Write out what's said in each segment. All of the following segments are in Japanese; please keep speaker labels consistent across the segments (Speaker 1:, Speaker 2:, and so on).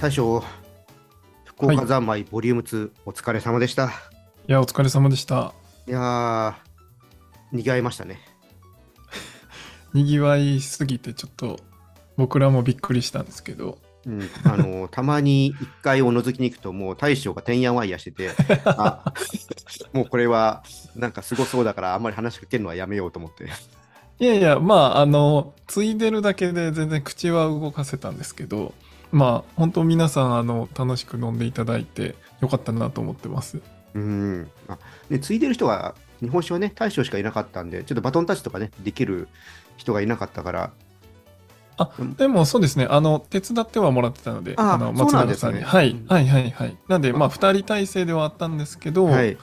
Speaker 1: 大将、福岡三昧ボリューム2、お疲れ様でした。
Speaker 2: いや、お疲れ様でした。
Speaker 1: いやー、にぎわいましたね。
Speaker 2: にぎわいすぎて、ちょっと僕らもびっくりしたんですけど、
Speaker 1: うん、あのーたまに一回お覗きに行くと、もう大将がてんやわんやしてて、あ もうこれはなんかすごそうだから、あんまり話しかけるのはやめようと思って。
Speaker 2: いやいや、まあ、あの、ついでるだけで全然口は動かせたんですけど、まあ、本当皆さん、あの、楽しく飲んでいただいてよかったなと思ってます。
Speaker 1: うんあでついでる人が、日本酒はね、大将しかいなかったんで、ちょっとバトンタッチとかね、できる人がいなかったから、
Speaker 2: あ
Speaker 1: うん、
Speaker 2: でもそうですね、あの、手伝ってはもらってたので、
Speaker 1: あ
Speaker 2: の、
Speaker 1: そうなん
Speaker 2: 永さんに。
Speaker 1: ですね
Speaker 2: はい
Speaker 1: うん、
Speaker 2: はい、はい、はい。なんで、まあ、二人体制ではあったんですけど、
Speaker 1: はい、
Speaker 2: ま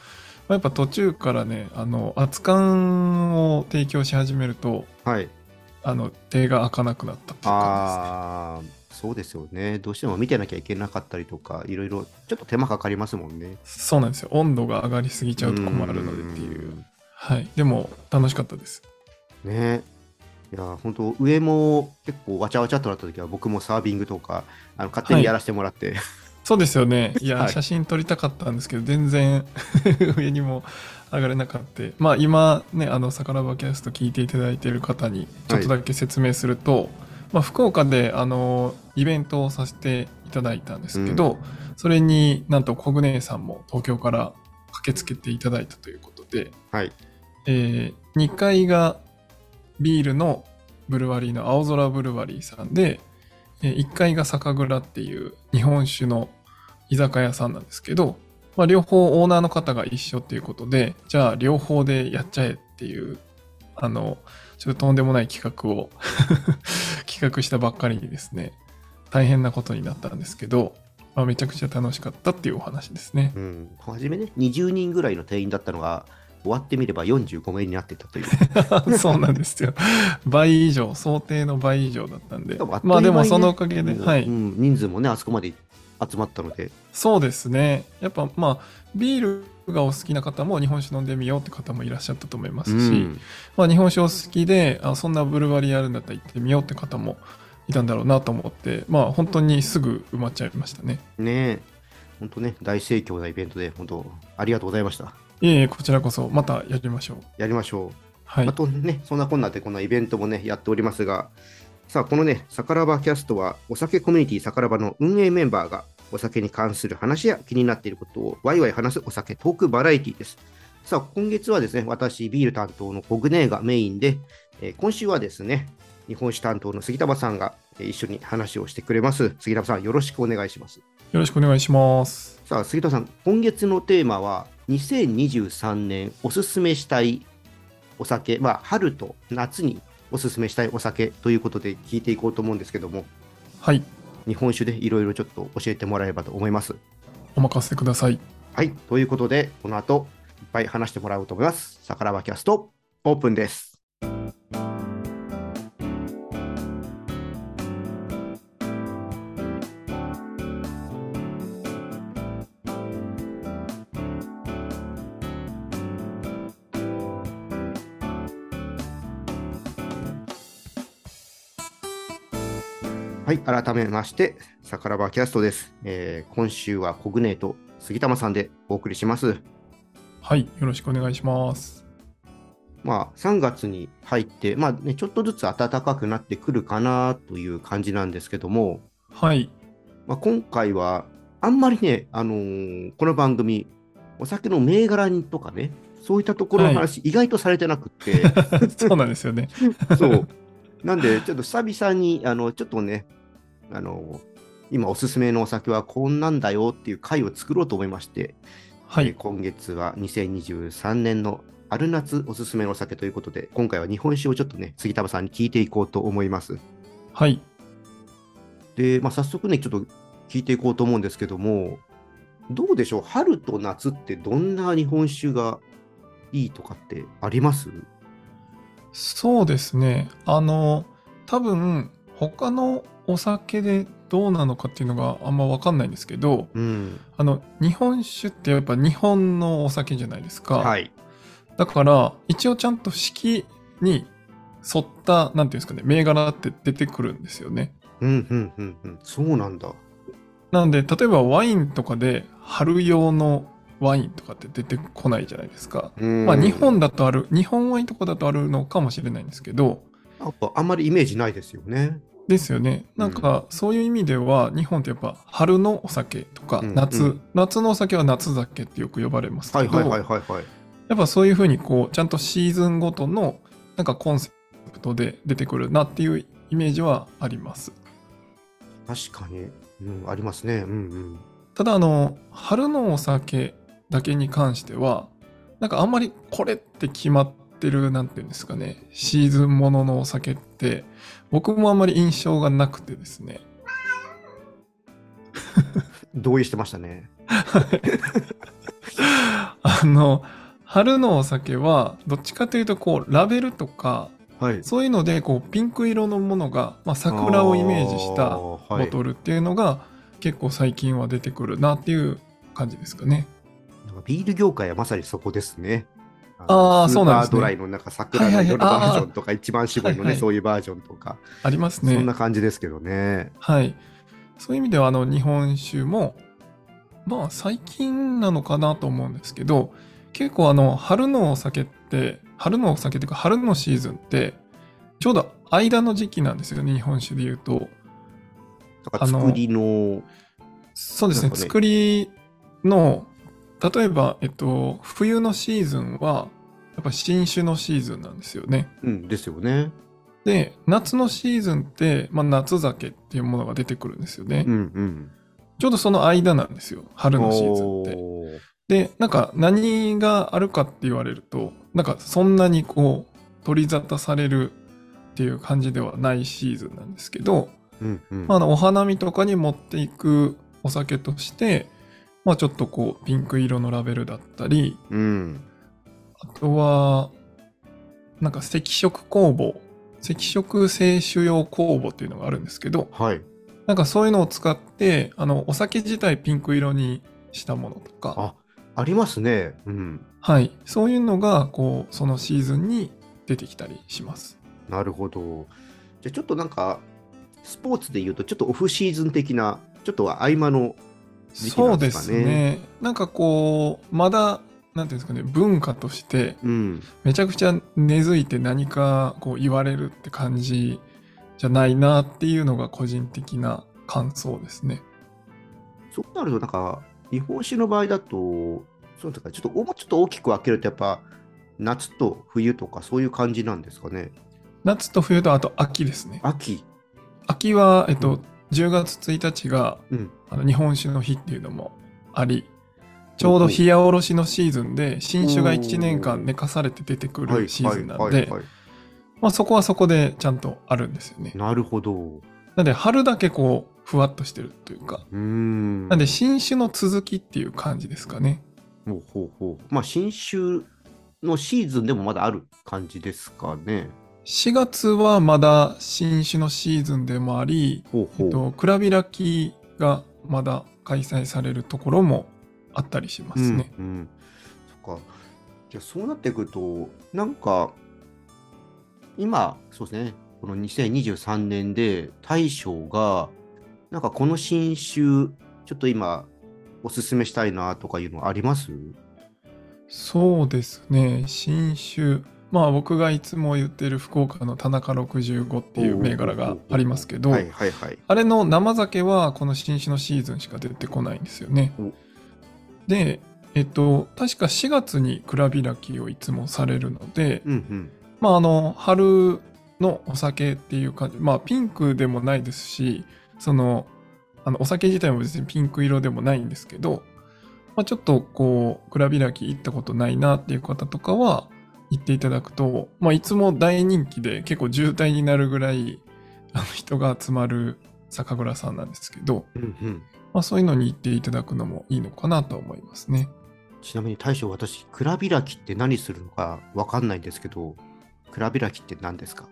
Speaker 2: あやっぱ途中からね、あの、熱燗を提供し始めると、
Speaker 1: はい。
Speaker 2: あの、手が開かなくなったっていう感じですね。
Speaker 1: ああ、そうですよね。どうしても見てなきゃいけなかったりとか、いろいろちょっと手間かかりますもんね。
Speaker 2: そうなんですよ。温度が上がりすぎちゃうと困るのでっていう。はい。でも、楽しかったです。
Speaker 1: うん。ね。いや、本当上も結構わちゃわちゃっとなった時は、僕もサービングとか、あの勝手にやらせてもらって、
Speaker 2: そうですよ ね。いや、
Speaker 1: はい
Speaker 2: 写真撮りたかったんですけど、全然 上にも上がれなかった。まあ、今ね、あの、さからばキャスト聞いていただいている方に、ちょっとだけ説明すると、まあ、福岡で、あの、イベントをさせていただいたんですけど、それになんと、コグネさんも東京から駆けつけていただいたということで、
Speaker 1: はい。
Speaker 2: え2階がビールのブルワリーの青空ブルワリーさんで、え1階が酒蔵っていう日本酒の居酒屋さんなんですけど、まあ、両方オーナーの方が一緒っていうことでじゃあ両方でやっちゃえっていうあのちょっととんでもない企画を 企画したばっかりにですね大変なことになったんですけど、まあ、めちゃくちゃ楽しかったっていうお話ですね。
Speaker 1: うん。初めね、20人ぐらいの定員だったのが、終わってみれば45名になってたと いう。
Speaker 2: そうなんですよ。倍以上、想定の倍以上だったんで
Speaker 1: でもあっ。という間
Speaker 2: まあ
Speaker 1: にね
Speaker 2: でもそのおかげで、
Speaker 1: うん
Speaker 2: は
Speaker 1: う
Speaker 2: い。
Speaker 1: ん人数もね、あそこまで集まったので、
Speaker 2: そうですね。やっぱまあ、ビールがお好きな方も日本酒飲んでみようって方もいらっしゃったと思いますし、
Speaker 1: うん
Speaker 2: まあ日本酒お好きで、あそんなブルワリーあるんだったら行ってみようって方もいたんだろうなと思って、まあ本当にすぐ埋まっちゃいましたね。
Speaker 1: ね本当ね、大盛況なイベントで、本当ありがとうございました。
Speaker 2: いえいえ、こちらこそまたやりましょう。
Speaker 1: やりましょう。
Speaker 2: はい
Speaker 1: あ。とね、そんなこんなでこんなイベントもね、やっておりますが、さあ、このね、さからばキャストは、お酒コミュニティさからばの運営メンバーが、お酒に関する話や気になっていることをワイワイ話すお酒トークバラエティです。さあ、今月はですね、私、ビール担当のコグネーがメインで、えー今週はですね、日本酒担当の杉田さんがえー一緒に話をしてくれます。杉田さん、よろしくお願いします。
Speaker 2: よろしくお願いします。
Speaker 1: さあ、杉田さん、今月のテーマは、2023年おすすめしたいお酒、まあ、春と夏におすすめしたいお酒ということで聞いていこうと思うんですけども、
Speaker 2: はい。
Speaker 1: 日本酒でいろいろちょっと教えてもらえればと思います。
Speaker 2: お任せください。
Speaker 1: はい、ということで、この後、いっぱい話してもらおうと思います。さからばキャスト、オープンです。はい、改めまして、さからばキャストです。えー今週はコグネと杉玉さんでお送りします。
Speaker 2: はい。よろしくお願いします。
Speaker 1: まあ、3月に入って、まあね、ちょっとずつ暖かくなってくるかなという感じなんですけども、
Speaker 2: はい。
Speaker 1: まあ、今回はあんまりね、あのーこの番組、お酒の銘柄にとかね、そういったところの話、意外とされてなくって、
Speaker 2: そうなんですよね。
Speaker 1: そう。なんで、ちょっと久々に、あの、ちょっとね、あの、今おすすめのお酒はこんなんだよっていう回を作ろうと思いまして、
Speaker 2: は
Speaker 1: えー
Speaker 2: い。
Speaker 1: 今月は2023年の春夏おすすめのお酒ということで、今回は日本酒をちょっとね、杉田さんに聞いていこうと思います。
Speaker 2: はい。
Speaker 1: で、まあ、早速ね、ちょっと聞いていこうと思うんですけども、どうでしょう、春と夏ってどんな日本酒がいいとかってあります
Speaker 2: そうですね。あの、多分、他のお酒でどうなのかっていうのがあんまわかんないんですけど、
Speaker 1: うん。
Speaker 2: あの、日本酒ってやっぱ日本のお酒じゃないですか。
Speaker 1: はい。
Speaker 2: だから、一応ちゃんと式に沿った、なんていうんですかね、銘柄って出てくるんですよね。
Speaker 1: うん、うん、うん、うん。そうなんだ。
Speaker 2: なんで、例えばワインとかで、春用のワインとかって出てこないじゃないですか。
Speaker 1: うん
Speaker 2: まあ、日本だとある、日本ワインとかだとあるのかもしれないんですけど、
Speaker 1: やっぱあんまりイメージないですよね。
Speaker 2: ですよね。なんか、そういう意味では、日本ってやっぱ、春のお酒とか、
Speaker 1: うん
Speaker 2: 夏、
Speaker 1: うん
Speaker 2: 夏のお酒は夏酒ってよく呼ばれますけ
Speaker 1: はい
Speaker 2: ど、
Speaker 1: はいはいはいはい。
Speaker 2: やっぱそういうふうにこうちゃんとシーズンごとのなんかコンセプトで出てくるなっていうイメージはあります
Speaker 1: 確かに、うん、ありますね。うん
Speaker 2: ただあの春のお酒だけに関してはなんかあんまりこれって決まってるなんていうんですかねシーズンもののお酒って僕もあんまり印象がなくてですね
Speaker 1: うん。同意してましたね。
Speaker 2: あの春のお酒はどっちかというとこうラベルとか
Speaker 1: はい。
Speaker 2: そういうのでこうピンク色のものが、まあ、桜をイメージした
Speaker 1: ボ
Speaker 2: ボトルっていうのが結構最近は出てくるなっていう感じですかね。
Speaker 1: なんかビール業界はまさにそこですね。
Speaker 2: あー
Speaker 1: の
Speaker 2: そうなんです
Speaker 1: スーパー
Speaker 2: ね
Speaker 1: ドライのなんか桜の夜
Speaker 2: はいはいはい
Speaker 1: バージョンとか、一番搾りの
Speaker 2: はいは
Speaker 1: ね、
Speaker 2: い
Speaker 1: そういうバージョンとか、
Speaker 2: あります
Speaker 1: そんな
Speaker 2: ね。
Speaker 1: 感じですけどね。
Speaker 2: はい。そういう意味ではあの日本酒もまあ最近なのかなと思うんですけど結構あの春のお酒って春のお酒っていうか春のシーズンってちょうど間の時期なんですよね日本酒で言うと。
Speaker 1: とか作りの、
Speaker 2: そうですね
Speaker 1: なんかね
Speaker 2: 作りの例えば、えっと、冬のシーズンはやっぱ新酒のシーズンなんですよね。
Speaker 1: うん、ですよね。
Speaker 2: で夏のシーズンって、まあ、夏酒っていうものが出てくるんですよね、
Speaker 1: うんうん。
Speaker 2: ちょうどその間なんですよ春のシーズンって
Speaker 1: おー
Speaker 2: でなんか何があるかって言われるとなんかそんなにこう取り沙汰されるっていう感じではないシーズンなんですけど、
Speaker 1: うんうん。
Speaker 2: まああの、お花見とかに持っていくお酒として、まあ、ちょっとこうピンク色のラベルだったり
Speaker 1: うん。
Speaker 2: あとは、なんか赤色工房、赤色清酒用工房っていうのがあるんですけど、
Speaker 1: はい。
Speaker 2: なんかそういうのを使って、あの、お酒自体ピンク色にしたものとか、
Speaker 1: あ、ありますね。うん。
Speaker 2: はい、そういうのが、こう、そのシーズンに出てきたりします。
Speaker 1: なるほど。じゃあちょっとなんか、スポーツで言うと、ちょっとオフシーズン的な、ちょっと合間の、時期
Speaker 2: そ
Speaker 1: な
Speaker 2: うん
Speaker 1: で
Speaker 2: です
Speaker 1: かね
Speaker 2: すね。なんかこう、まだ、なんていうんですかね、文化として、
Speaker 1: うん。
Speaker 2: めちゃくちゃ根付いて何かこう言われるって感じじゃないなっていうのが個人的な感想ですね。
Speaker 1: そうなると、なんか、日本酒の場合だと、そうですか、ちょっともうちょっと大きく分けると、やっぱ、夏と冬とか、そういう感じなんですかね。
Speaker 2: 夏と冬とあと秋ですね。
Speaker 1: 秋。
Speaker 2: 秋は、えっと、
Speaker 1: うん
Speaker 2: 10月1日が
Speaker 1: うん。
Speaker 2: あの日本酒の日っていうのもあり、ちょうど冷やおろしのシーズンで、新酒が1年間寝かされて出てくるシーズンなんで、
Speaker 1: い
Speaker 2: まあそこはそこでちゃんとあるんですよね。
Speaker 1: なるほど。う
Speaker 2: なんで春だけこう、ふわっとしてるというか、
Speaker 1: ーん。
Speaker 2: なんで新酒の続きっていう感じですかね。
Speaker 1: ほうほうほう。まあ、新酒のシーズンでもまだある感じですかね。
Speaker 2: 4月はまだ新酒のシーズンでもあり、
Speaker 1: ほう
Speaker 2: え
Speaker 1: ほ
Speaker 2: っ
Speaker 1: う。
Speaker 2: と、クラビラキがまだ開催されるところもあったりしますね。
Speaker 1: うん、うん。そっか。じゃあそうなってくると、なんか、今、そうですね、この2023年で大将が、なんかこの新酒、ちょっと今、おすすめしたいなとかいうのあります
Speaker 2: そうですね、新酒。まあ僕がいつも言ってる福岡の田中65っていう銘柄がありますけど、
Speaker 1: はいはいはい。
Speaker 2: あれの生酒はこの新酒のシーズンしか出てこないんですよね
Speaker 1: お。
Speaker 2: で、えっと、確か4月に蔵開きをいつもされるので、
Speaker 1: うんうん。
Speaker 2: まああの春のお酒っていう感じまあピンクでもないですしそのあのお酒自体も別にピンク色でもないんですけど、まあ、ちょっとこう蔵開き行ったことないなっていう方とかは行っていただくと、まあ、いつも大人気で結構渋滞になるぐらいあの人が集まる酒蔵さんなんですけど、
Speaker 1: うんうん、
Speaker 2: まあ、そういうのに行っていただくのもいいのかなと思いますね。
Speaker 1: ちなみに大将、私、蔵開きって何するのかわかんないんですけど、蔵開きって何ですか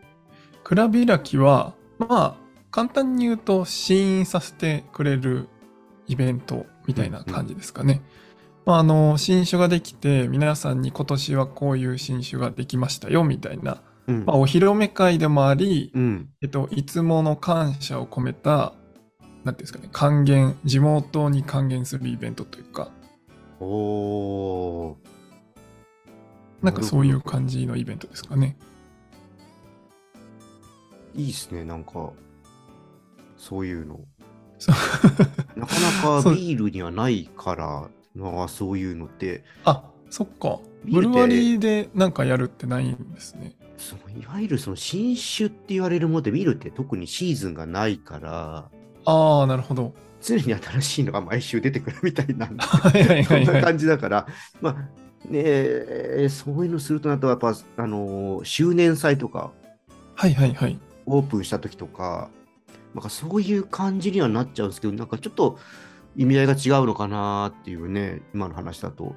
Speaker 2: 蔵開きはまあ簡単に言うと試飲させてくれるイベントみたいな感じですかね。まあ、あの新酒ができて皆さんに今年はこういう新酒ができましたよみたいな、
Speaker 1: うん。
Speaker 2: まあ、お披露目会でもあり、
Speaker 1: うん。
Speaker 2: えっと、いつもの感謝を込めたなんていうんですかね、還元、地元に還元するイベントというか、
Speaker 1: おー。
Speaker 2: なんかそういう感じのイベントですかね。
Speaker 1: いいですね、なんか、そういう の。
Speaker 2: そう
Speaker 1: なかなか
Speaker 2: そう
Speaker 1: ビールにはないからな、そういうのって、
Speaker 2: あ、そっか。
Speaker 1: ビー
Speaker 2: ブ
Speaker 1: ル
Speaker 2: ル
Speaker 1: って
Speaker 2: ワリーでなんかやるってないんですね。
Speaker 1: そのいわゆるその新酒って言われるものって、ビールって特にシーズンがないから、
Speaker 2: ああ、なるほど。
Speaker 1: 常に新しいのが毎週出てくるみたいな、
Speaker 2: はいはい
Speaker 1: そ
Speaker 2: は
Speaker 1: ん
Speaker 2: い
Speaker 1: な
Speaker 2: はい。
Speaker 1: 感じだから、まあ、ねえそういうのするとなと、やっぱ、あのー周年祭とか、
Speaker 2: はいはいはい。
Speaker 1: オープンした時とか、なんかそういう感じにはなっちゃうんですけど、なんかちょっと意味合いが違うのかなっていうね、今の話だと。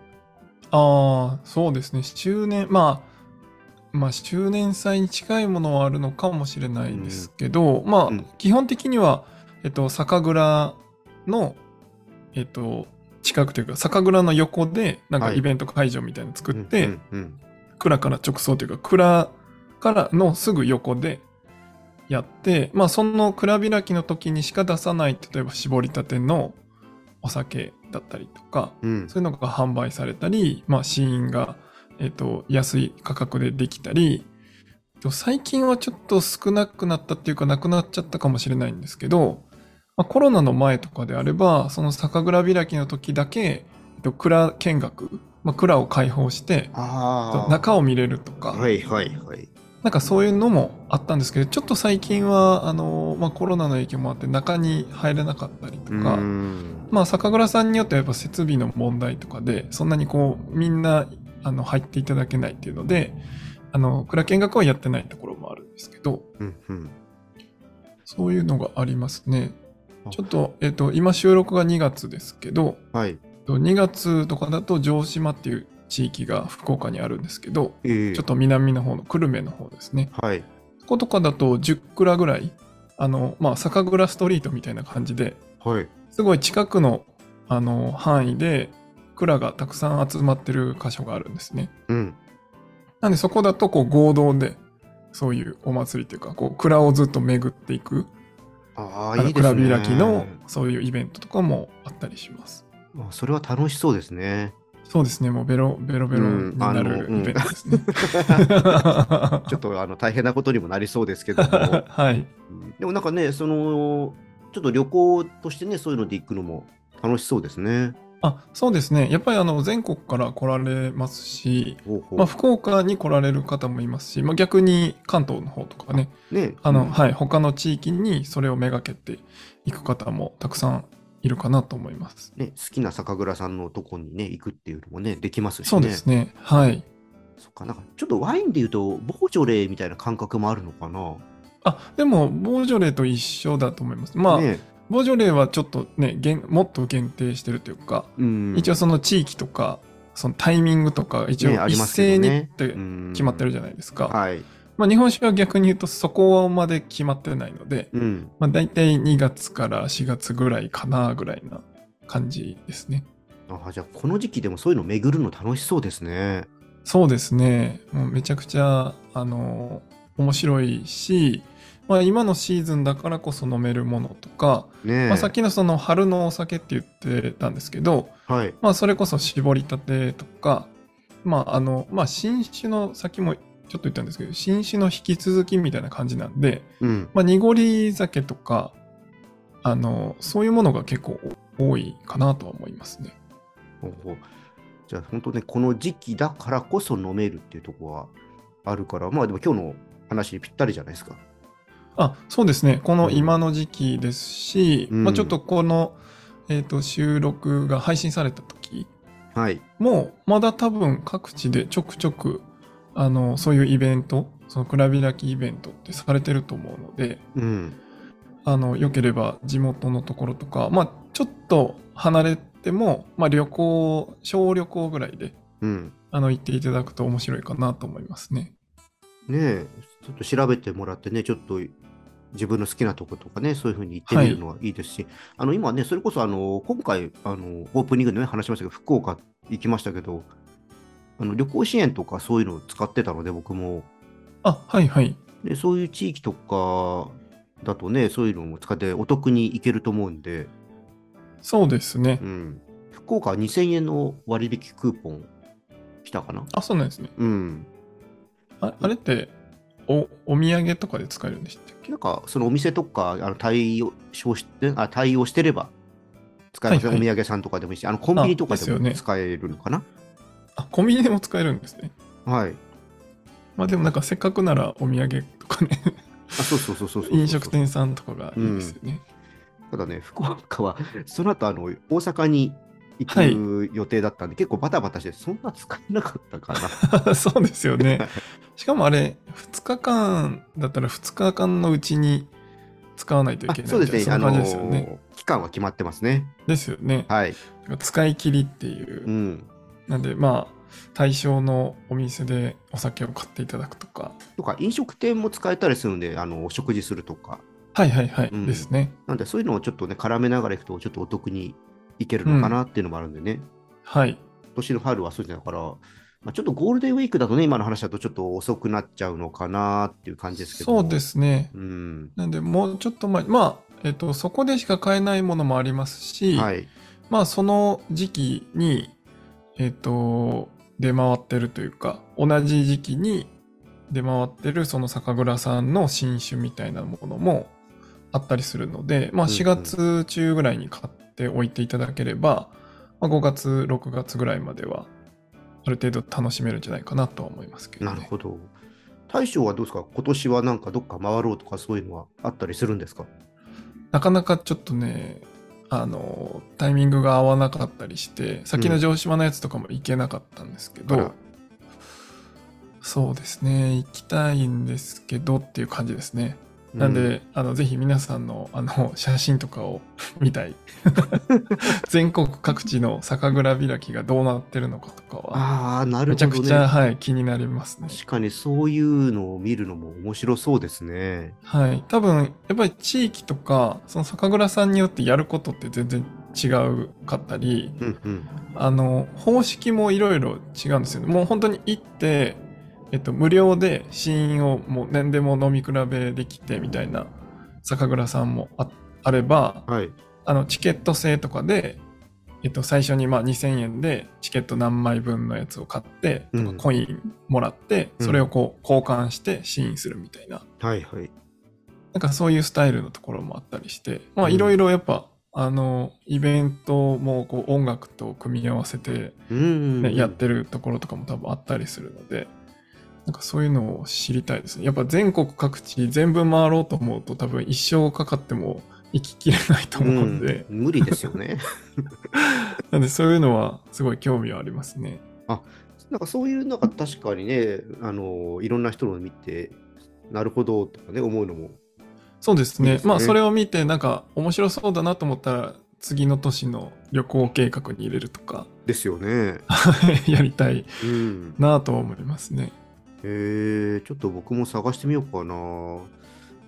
Speaker 2: ああ、そうですね。周年、まあ、まあ、周年祭に近いものはあるのかもしれないですけど、ま
Speaker 1: うん
Speaker 2: あ、基本的には、えっと、酒蔵の、えっと、近くというか、酒蔵の横で、なんか
Speaker 1: はい
Speaker 2: イベント会場みたいなの作って、
Speaker 1: うんうん
Speaker 2: 蔵から直送というか、蔵からのすぐ横でやって、まあ、その蔵開きの時にしか出さない、例えば絞りたてのお酒だったりとか、
Speaker 1: うんうん
Speaker 2: そういうのが販売されたり、まあ、試飲が、えっと安い価格でできたり、えっと最近はちょっと少なくなったっていうか、なくなっちゃったかもしれないんですけど、まあ、コロナの前とかであれば、その酒蔵開きの時だけ、えっと蔵見学、まあ、蔵を開放して、
Speaker 1: ああ。
Speaker 2: 中を見れるとか、
Speaker 1: はいはいはい。
Speaker 2: なんかそういうのもあったんですけど、ちょっと最近は、あの、まあ、コロナの影響もあって、中に入れなかったりと
Speaker 1: う
Speaker 2: か、
Speaker 1: ん
Speaker 2: まあ、酒蔵さんによってはやっぱ設備の問題とかで、そんなにこう、みんな、あの、入っていただけないっていうので、あの、蔵見学はやってないところもあるんですけど、
Speaker 1: うんうん
Speaker 2: そういうのがありますね
Speaker 1: あ。
Speaker 2: ちょっと、えっ、と、今収録が2月ですけど、
Speaker 1: はい。
Speaker 2: 2月とかだと城島っていう地域が福岡にあるんですけど、
Speaker 1: えー
Speaker 2: ちょっと南の方の久留米の方ですね。
Speaker 1: はい。
Speaker 2: こことかだと10蔵ぐらい、あの、まあ、酒蔵ストリートみたいな感じで、
Speaker 1: はい。
Speaker 2: すごい近くのあの範囲で蔵がたくさん集まってる箇所があるんですね。
Speaker 1: うん。
Speaker 2: なんでそこだとこう合同でそういうお祭りというかこう蔵をずっと巡っていく
Speaker 1: あ
Speaker 2: あ
Speaker 1: あ、
Speaker 2: の
Speaker 1: いいですね。
Speaker 2: 蔵開きのそういうイベントとかもあったりします。
Speaker 1: あそれは楽しそうですね。
Speaker 2: そうですね、もうベロベロベロになる
Speaker 1: うんあのうん
Speaker 2: イベントです ね。
Speaker 1: ちょっとあの大変なことにもなりそうですけど も。
Speaker 2: はい。
Speaker 1: うんでもなんかね、その、ちょっと旅行としてね、そういうので行くのも楽しそうですね。
Speaker 2: あそうですね、やっぱりあの全国から来られますし、
Speaker 1: ほうほう
Speaker 2: まあ、福岡に来られる方もいますし、まあ、逆に関東の方とかね、
Speaker 1: ね、
Speaker 2: あ
Speaker 1: う
Speaker 2: の、
Speaker 1: ん
Speaker 2: はい、他の地域にそれをめがけていく方もたくさんいるかなと思います。
Speaker 1: ね、好きな酒蔵さんのとこにね、行くっていうのもね、できますしね。
Speaker 2: そうですね。はい。
Speaker 1: そっか、なんかちょっとワインで言うと、ボージョレーみたいな感覚もあるのかな。
Speaker 2: あ、でも、ボージョレーと一緒だと思います。まあ、
Speaker 1: ね、
Speaker 2: ボージョレーはちょっとね、限もっと限定してるというか、
Speaker 1: うん、
Speaker 2: 一応その地域とか、そのタイミングとか、一
Speaker 1: ね
Speaker 2: 応
Speaker 1: あり
Speaker 2: 一
Speaker 1: ますけ
Speaker 2: 斉
Speaker 1: ど
Speaker 2: にっ
Speaker 1: ね
Speaker 2: て決まってるじゃないですか。
Speaker 1: うんはい。
Speaker 2: まあ、日本酒は逆に言うとそこまで決まってないので、
Speaker 1: うん。
Speaker 2: まあ、大体2月から4月ぐらいかなぐらいな感じですね。
Speaker 1: あじゃあ、この時期でもそういうの巡るの楽しそうですね。
Speaker 2: そうですね。もうめちゃくちゃ、あの、面白いし、まあ、今のシーズンだからこそ飲めるものとか、
Speaker 1: ね
Speaker 2: まあ、さっきのその春のお酒って言ってたんですけど、
Speaker 1: はい。
Speaker 2: まあ、それこそ絞りたてとか、まあ、あの、まあ、新酒の、さっきもちょっと言ったんですけど、新酒の引き続きみたいな感じなんで、
Speaker 1: うん。
Speaker 2: まあ、濁り酒とか、あの、そういうものが結構多いかなとは思いますね。
Speaker 1: ほうほうじゃあ、本当ね、この時期だからこそ飲めるっていうところはあるから、まあでも今日の話にぴったりじゃないですか。
Speaker 2: あそうですね、こ
Speaker 1: う
Speaker 2: の
Speaker 1: ん
Speaker 2: 今の時期ですし、
Speaker 1: うん
Speaker 2: まあ、ちょっとこの、えー、と収録が配信された時
Speaker 1: はい。
Speaker 2: も、まだ多分各地でちょくちょくあのそういうイベント、その蔵開きイベントってされてると思うので、
Speaker 1: うん。
Speaker 2: あのよければ地元のところとか、まあ、ちょっと離れても、まあ、旅行、小旅行ぐらいで
Speaker 1: うん。
Speaker 2: あの行っていただくと面白いかなと思いますね。
Speaker 1: ねえ、ちょっと調べてもらってね、ちょっと自分の好きなとことかね、そういうふうに行ってみるのはいいですし、あの今ね、それこそあの今回あの、オープニングで、ね、話しましたけど、福岡行きましたけど、あの旅行支援とかそういうのを使ってたので、僕も、
Speaker 2: あはいはい。
Speaker 1: でそういう地域とかだとね、そういうのも使ってお得に行けると思うんで、
Speaker 2: そうですね。
Speaker 1: うん、福岡は2000円の割引クーポン来たかな。
Speaker 2: あ、そうなんですね。
Speaker 1: うん、
Speaker 2: ああれってお、お土産とかで使えるんでしたっけ
Speaker 1: なんかそのお店とかあの対応してあ対応してれば使えますね、
Speaker 2: はいはい
Speaker 1: お土産屋さんとかでもいいし、あのコンビニとか
Speaker 2: あです
Speaker 1: で
Speaker 2: よ
Speaker 1: も
Speaker 2: ね
Speaker 1: 使えるのかな。
Speaker 2: あ、コンビニでも使えるんですね。
Speaker 1: はい。
Speaker 2: まあでもなんかせっかくならお土産とかね、
Speaker 1: あ、そうそうそうそうそうそう
Speaker 2: 飲食店さんとかがいいですよね。
Speaker 1: ただね、福岡はその後あの大阪に
Speaker 2: は
Speaker 1: 行く予定だったんで、結構バタバタして、そんな使えなかったかな。
Speaker 2: そうですよね。しかもあれ、2日間だったら2日間のうちに使わないとい
Speaker 1: あ
Speaker 2: けない
Speaker 1: そう
Speaker 2: み
Speaker 1: で
Speaker 2: た
Speaker 1: す
Speaker 2: いな
Speaker 1: ね、
Speaker 2: そ
Speaker 1: あ
Speaker 2: んな
Speaker 1: の
Speaker 2: 感じですよね。
Speaker 1: 期間は決まってますね。
Speaker 2: ですよね。
Speaker 1: はい。
Speaker 2: だから使い切りっていう。
Speaker 1: うん。
Speaker 2: なんでまあ、対象のお店でお酒を買っていただくとか。
Speaker 1: とか、飲食店も使えたりするんで、あのお食事するとか。
Speaker 2: はいはいはい、
Speaker 1: うん
Speaker 2: ですね。
Speaker 1: なんで、そういうのをちょっとね、絡めながら行くと、ちょっとお得に行けるのかなっていうのもあるんでね。
Speaker 2: はい。
Speaker 1: 今年の春はそうじゃないから、まあ、ちょっとゴールデンウィークだとね、今の話だとちょっと遅くなっちゃうのかなっていう感じですけども。
Speaker 2: そうですね。
Speaker 1: うん。
Speaker 2: なんでもうちょっと前、まあ、えっと、そこでしか買えないものもありますし、
Speaker 1: はい。
Speaker 2: まあその時期に、えっと、出回ってるというか、同じ時期に出回ってるその酒蔵さんの新酒みたいなものもあったりするので、まあ
Speaker 1: うんうん
Speaker 2: 4月中ぐらいに買っておいていただければ、まあ、5月、6月ぐらいまでは、ある程度楽しめるんじゃないかなとは思いますけど、ね。
Speaker 1: なるほど。大将はどうですか今年はなんかどっか回ろうとかそういうのはあったりするんですか
Speaker 2: なかなかちょっとね、あの、タイミングが合わなかったりして、先の城島のやつとかも行けなかったんですけど、
Speaker 1: あら
Speaker 2: そうですね、行きたいんですけどっていう感じですね。なんで、、あの、ぜひ皆さんの、あの、写真とかを 見 たい。全国各地の酒蔵開きがどうなってるのかとかは、
Speaker 1: ああ、なる
Speaker 2: め
Speaker 1: ほ
Speaker 2: ちゃ
Speaker 1: ど、ね。
Speaker 2: くちゃ、はい、気になりますね。
Speaker 1: 確かにそういうのを見るのも面白そうですね。
Speaker 2: はい、多分やっぱり地域とかその酒蔵さんによってやることって全然違うかったり
Speaker 1: うんうん。
Speaker 2: あの方式もいろいろ違うんですよねもう本当に行って、えっと、無料で試飲をもう何でも飲み比べできてみたいな酒蔵さんもああれば
Speaker 1: はい。
Speaker 2: あのチケット制とかで、えっと、最初にまあ2000円でチケット何枚分のやつを買って、
Speaker 1: うん
Speaker 2: とかコインもらってそれをこう交換して試飲するみたいな。
Speaker 1: はいはい。
Speaker 2: なんかそういうスタイルのところもあったりして、まあ
Speaker 1: うん
Speaker 2: いろいろやっぱ、あの、イベントもこう音楽と組み合わせて、
Speaker 1: うんうん
Speaker 2: ね
Speaker 1: うん。
Speaker 2: やってるところとかも多分あったりするので、なんかそういうのを知りたいですね。やっぱ全国各地全部回ろうと思うと多分一生かかっても行ききれないと思うんで、
Speaker 1: うん無理ですよね。
Speaker 2: なんでそういうのはすごい興味はありますね。
Speaker 1: なんかそういうのが確かにね、あのいろんな人のを見て、なるほどとかね、思うのも。
Speaker 2: そうですね。
Speaker 1: いいですね
Speaker 2: まあそれを見てなんか面白そうだなと思ったら次の年の旅行計画に入れるとか、
Speaker 1: ですよね。
Speaker 2: やりたい
Speaker 1: うん。
Speaker 2: なぁと思いますね。
Speaker 1: へえちょっと僕も探してみようかな。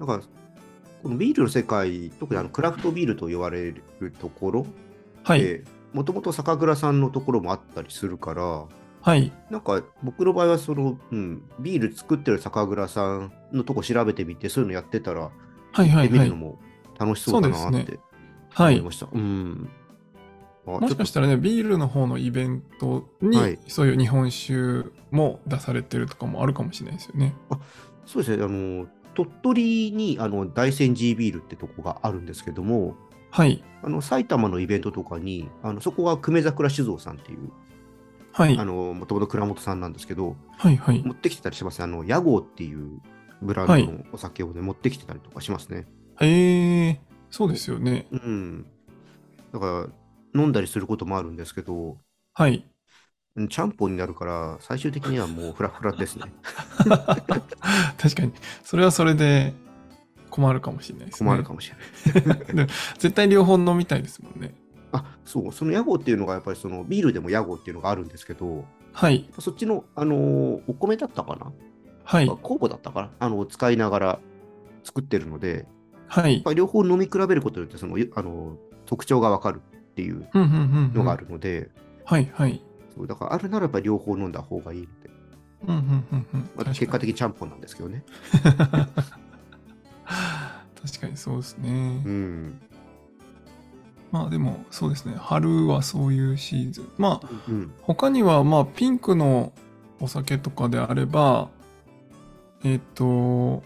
Speaker 1: なんか、このビールの世界、特にあのクラフトビールと言われるところ
Speaker 2: はい。
Speaker 1: で、もともと酒蔵さんのところもあったりするから、
Speaker 2: はい。
Speaker 1: なんか僕の場合はその、うん、ビール作ってる酒蔵さんのとこ調べてみて、そういうのやってたら、
Speaker 2: はいは
Speaker 1: やっ
Speaker 2: い
Speaker 1: てみ
Speaker 2: は
Speaker 1: るの
Speaker 2: い。
Speaker 1: も楽しそうだな
Speaker 2: そう
Speaker 1: っ
Speaker 2: です
Speaker 1: て
Speaker 2: は
Speaker 1: 思い
Speaker 2: い。
Speaker 1: ました。うん。あ
Speaker 2: もしかしたらね、ビールの方のイベント
Speaker 1: は
Speaker 2: に
Speaker 1: い、
Speaker 2: そういう日本酒も出されてるとかもあるかもしれないですよね。
Speaker 1: そうですね、あの鳥取にあの大山寺ビールってとこがあるんですけども、
Speaker 2: はい。
Speaker 1: あの埼玉のイベントとかに、あのそこは久米桜酒造さんっていう、
Speaker 2: はい
Speaker 1: あ。のもともと蔵元さんなんですけど、
Speaker 2: はいはい
Speaker 1: 持。ってきてたりしますね、あの屋号っていうブランドのお酒をね、持ってきてたりとかしますね。
Speaker 2: へえ、そうですよね。
Speaker 1: うん。だから、飲んだりすることもあるんですけど、
Speaker 2: はい。
Speaker 1: うんちゃんぽんになるから、最終的にはもうフラフラです ね。
Speaker 2: 確かに。それはそれで困るかもしれないですね。
Speaker 1: 困るかもしれない。
Speaker 2: 絶対両方飲みたいですもんね。
Speaker 1: あそう、その屋号っていうのが、やっぱりそのビールでも屋号っていうのがあるんですけど、
Speaker 2: はい。
Speaker 1: そっちの、あのーお米だったかな、
Speaker 2: はい
Speaker 1: あ。酵母だったかなあの使いながら作ってるので、やっ
Speaker 2: はい
Speaker 1: ぱ。り両方飲み比べることによってその、あの特徴がわかるっていう
Speaker 2: うんうんうんうん。
Speaker 1: のがあるので、
Speaker 2: はいはい。
Speaker 1: そうだからあるならば両方飲んだ方がいいので、
Speaker 2: うんうんうんうん。
Speaker 1: まあ
Speaker 2: 確かに
Speaker 1: 結果的にちゃんぽんなんですけどね。
Speaker 2: 確確かにそうですね。
Speaker 1: うん。
Speaker 2: まあでも、そうですね。春はそういうシーズン。まあ、
Speaker 1: うん。
Speaker 2: 他には、まあ、ピンクのお酒とかであれば、えっ、と、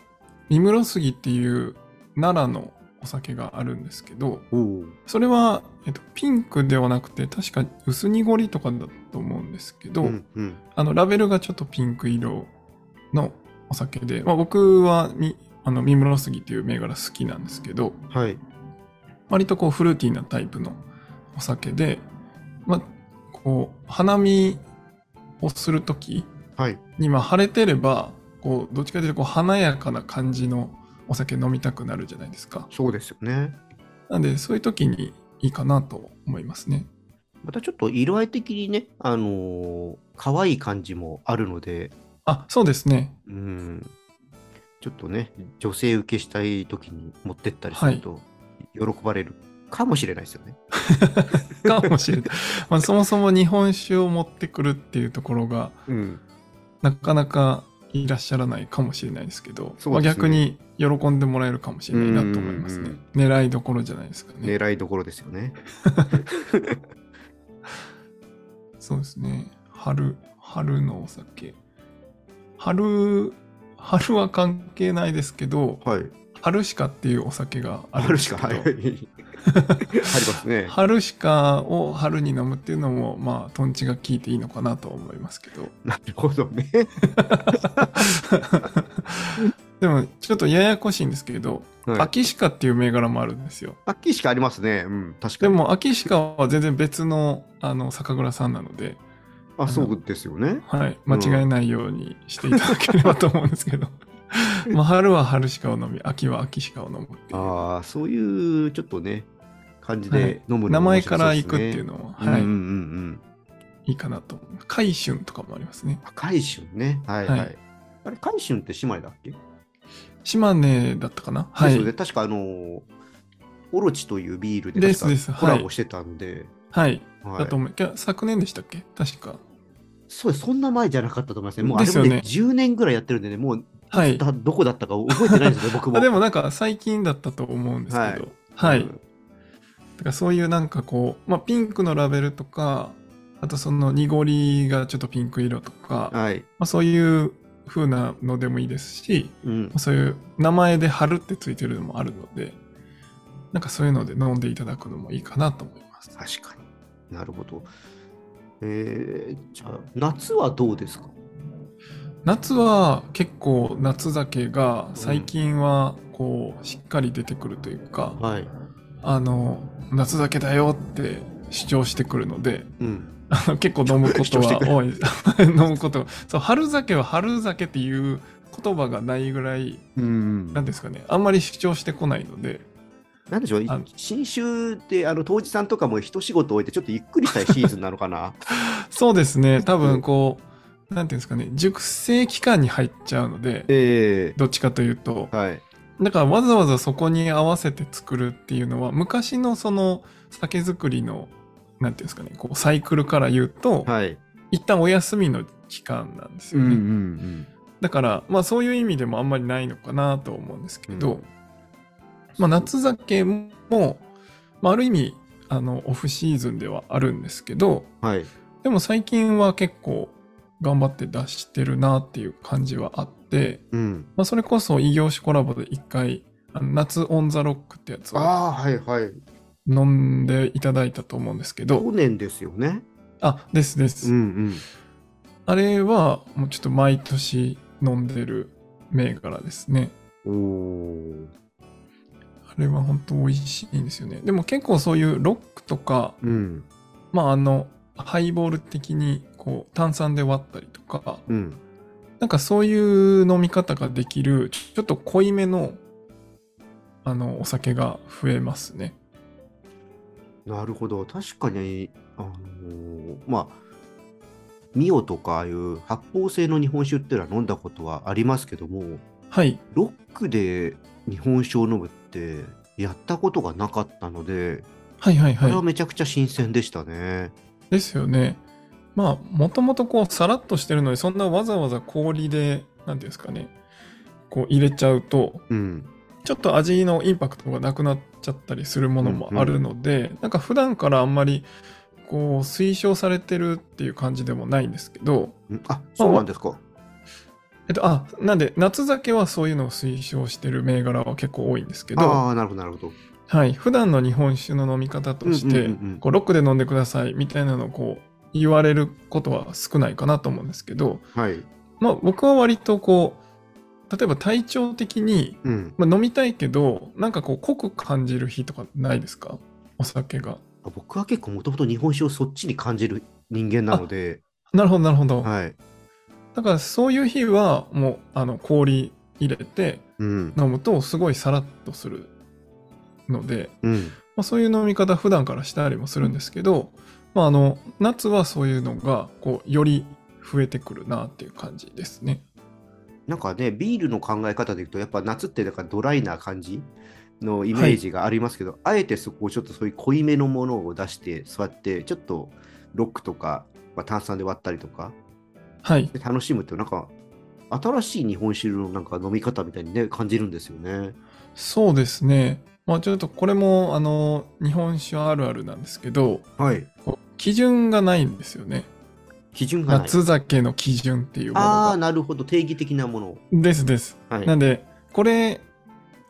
Speaker 2: 三室杉っていう奈良のお酒があるんですけど、
Speaker 1: おー
Speaker 2: それは、えっと、ピンクではなくて、確か薄濁りとかだと思うんですけど、
Speaker 1: うんうん。
Speaker 2: あの、ラベルがちょっとピンク色のお酒で、まあ、僕はみ、あの、三室杉っていう銘柄好きなんですけど、
Speaker 1: はい。
Speaker 2: 割とこうフルーティーなタイプのお酒で、まあ、こう、花見をするとき
Speaker 1: はい。
Speaker 2: に、まあ、晴れてれば、こう、どっちかというと、こう、華やかな感じのお酒飲みたくなるじゃないですか。
Speaker 1: そうですよね。
Speaker 2: なんで、そういう時にいいかなと思いますね。
Speaker 1: またちょっと色合い的にね、あのー可愛い感じもあるので、
Speaker 2: あ、そうですね。
Speaker 1: うん。ちょっとね、女性受けしたい時に持ってったりすると、喜ばれるかもしれないですよね。
Speaker 2: かもしれない。 まあ、そもそも日本酒を持ってくるっていうところが、
Speaker 1: うん。
Speaker 2: なかなかいらっしゃらないかもしれないですけど、
Speaker 1: そうですね
Speaker 2: まあ、逆に喜んでもらえるかもしれないなと思いますね。
Speaker 1: うん
Speaker 2: 狙いどころじゃないですかね。
Speaker 1: 狙いどころですよね。
Speaker 2: そうですね。春、春のお酒。春、春は関係ないですけど、
Speaker 1: はい。
Speaker 2: 春しかっていうお酒があ
Speaker 1: あ
Speaker 2: るん
Speaker 1: る
Speaker 2: で
Speaker 1: し
Speaker 2: す
Speaker 1: か、
Speaker 2: け
Speaker 1: はい。あ
Speaker 2: ど
Speaker 1: ります ね。
Speaker 2: 春しかを春に飲むっていうのも、まあ、トンチが効いていいのかなと思いますけど。
Speaker 1: なるほどね。
Speaker 2: でも、ちょっとややこしいんですけど、
Speaker 1: はい、
Speaker 2: 秋シカっていう銘柄もあるんですよ。
Speaker 1: 秋しかありますね。うん、確か
Speaker 2: で
Speaker 1: に。
Speaker 2: も、秋シカは全然別のあの酒蔵さんなので、
Speaker 1: あ、そうですよね。
Speaker 2: はい、
Speaker 1: う
Speaker 2: 間
Speaker 1: ん
Speaker 2: 違えないようにしていただければと思うんで すけど、まあ、春は春シカを飲み、秋は秋シカを飲むっていう。
Speaker 1: ああ、そういうちょっとね、感じ
Speaker 2: は
Speaker 1: で
Speaker 2: い
Speaker 1: 飲むの
Speaker 2: 名
Speaker 1: も面
Speaker 2: 前
Speaker 1: 白
Speaker 2: か
Speaker 1: そ
Speaker 2: ら
Speaker 1: うで
Speaker 2: 行
Speaker 1: す
Speaker 2: くって
Speaker 1: ね
Speaker 2: いうのは、はい
Speaker 1: うんうんうん
Speaker 2: いいかなと思う。海春とかもありますね。
Speaker 1: うん。海春ね。はいはい。
Speaker 2: はい
Speaker 1: あれ、海春って姉妹だっけ
Speaker 2: 島根だったかなは
Speaker 1: です
Speaker 2: い
Speaker 1: よ。ね。確かあのーオロチというビールで
Speaker 2: です
Speaker 1: 確か
Speaker 2: ですはい
Speaker 1: コラボしてたんで、
Speaker 2: はい。
Speaker 1: はい
Speaker 2: だと思う。いや昨年でしたっけ確か。
Speaker 1: そうですそんな前じゃなかったと思いますね。もうあ
Speaker 2: で
Speaker 1: れ
Speaker 2: す
Speaker 1: も
Speaker 2: よね
Speaker 1: ね、10年ぐらいやってるんでね、もう
Speaker 2: はい。
Speaker 1: だどこだったか覚えてないですね、僕も。
Speaker 2: あでもなんか最近だったと思うんですけど。
Speaker 1: うん、
Speaker 2: はい。だからそういうなんかこう、まあ、ピンクのラベルとか、あとその濁りがちょっとピンク色とか、ま
Speaker 1: はい。
Speaker 2: あ、そういう風なのでもいいですし、
Speaker 1: うん。
Speaker 2: そういう名前で春ってついてるのもあるので、なんかそういうので飲んでいただくのもいいかなと思います。
Speaker 1: 確かに。なるほど。えー、じゃあ、夏はどうですか
Speaker 2: 夏は結構夏酒が最近はこうしっかり出てくるというか、
Speaker 1: はい。
Speaker 2: あの、夏酒だよって主張してくるので、
Speaker 1: うん。
Speaker 2: あの結構飲むことは多いです 飲むことそう春酒は春酒っていう言葉がないぐらい
Speaker 1: うん
Speaker 2: なんですかねあんまり主張してこないので
Speaker 1: なんでしょう
Speaker 2: あの、
Speaker 1: 新州で、あの、当時さんとかも一仕事置いて、ちょっとゆっくりしたいシーズンなのかな。
Speaker 2: そうですね多分こうなんていうんですかね熟成期間に入っちゃうので
Speaker 1: え
Speaker 2: どっちかというと
Speaker 1: えはい。
Speaker 2: だからわざわざそこに合わせて作るっていうのは昔のその酒造りのなんていうんですかねこうサイクルから言うと、
Speaker 1: はい。
Speaker 2: 一旦お休みの期間なんですよね、
Speaker 1: ん
Speaker 2: だから、まあそういう意味でもあんまりないのかなと思うんですけど、
Speaker 1: うん
Speaker 2: まあ夏酒も、まあある意味、あの、オフシーズンではあるんですけど、
Speaker 1: うん。はい。
Speaker 2: でも最近は結構頑張って出してるなっていう感じはあって、
Speaker 1: うん。
Speaker 2: まあそれこそ異業種コラボで一回、あの夏オンザロックってやつを
Speaker 1: ああ、はいはい。
Speaker 2: 飲んでいただいたと思うんですけど
Speaker 1: 去、年ですよね。
Speaker 2: あ、ですです。
Speaker 1: ん
Speaker 2: あれはもうちょっと毎年飲んでる銘柄ですね。
Speaker 1: うん。おー
Speaker 2: あれは本当美味しいんですよね。でも結構そういうロックとか、
Speaker 1: うん。
Speaker 2: まああの、ハイボール的にこう炭酸で割ったりとか、
Speaker 1: うん。
Speaker 2: なんかそういう飲み方ができる、ちょちょっと濃いめの、あの、お酒が増えますね。
Speaker 1: なるほど。確かに、あのーまあ、ミオとかああいう発泡性の日本酒っていうのは飲んだことはありますけども、
Speaker 2: はい。
Speaker 1: ロックで日本酒を飲むってやったことがなかったので、
Speaker 2: はいはい
Speaker 1: これは
Speaker 2: は
Speaker 1: めちゃくちゃ新鮮でしたね。
Speaker 2: い。ですよね。まあ、もともとこう、さらっとしてるのに、そんなわざわざ氷で、なんていうんですかね、こう入れちゃうと、
Speaker 1: うん。
Speaker 2: ちょっと味のインパクトがなくなっちゃったりするものもあるので、なんか普段からあんまりこう推奨されてるっていう感じでもないんですけど、
Speaker 1: うんあ、そうなんですか。
Speaker 2: えっと、あなんで夏酒はそういうのを推奨してる銘柄は結構多いんですけど、
Speaker 1: ああ、なるほど、なるほど。
Speaker 2: はい、普段の日本酒の飲み方とし
Speaker 1: うん
Speaker 2: て、
Speaker 1: うんうんうん
Speaker 2: こうロックで飲んでくださいみたいなのをこう言われることは少ないかなと思うんですけど、
Speaker 1: はい。
Speaker 2: まあ、僕は割とこう例えば体調的に、
Speaker 1: うん。
Speaker 2: まあ、飲みたいけどなんかこう濃く感じる日とかないですかお酒が。
Speaker 1: あ僕は結構もともと日本酒をそっちに感じる人間なので、
Speaker 2: なるほどなるほど、
Speaker 1: はい。
Speaker 2: だからそういう日はもうあの氷入れて
Speaker 1: うん。
Speaker 2: 飲むとすごいさらっとするので、
Speaker 1: うん。
Speaker 2: まあ、そういう飲み方普段からしたりもするんですけど、まあ、あの夏はそういうのがこうより増えてくるなっていう感じですね。
Speaker 1: なんかね、ビールの考え方でいくと、やっぱ夏ってなんかドライな感じのイメージがありますけど、あえてそこをちょっとそういう濃いめのものを出して、そうやってちょっとロックとか、まあ、炭酸で割ったりとか、
Speaker 2: はい、
Speaker 1: で楽しむってなんか、新しい日本酒のなんか飲み方みたいにね、感じるんですよね。
Speaker 2: そうですね。まあ、ちょっとこれもあの日本酒あるあるなんですけど
Speaker 1: はい。
Speaker 2: こう基準がないんですよね。
Speaker 1: 基準がない。
Speaker 2: 夏酒の基準っていうもの
Speaker 1: ああ、
Speaker 2: が。
Speaker 1: なるほど。定義的なもの。
Speaker 2: ですです。
Speaker 1: はい。
Speaker 2: なんでこれ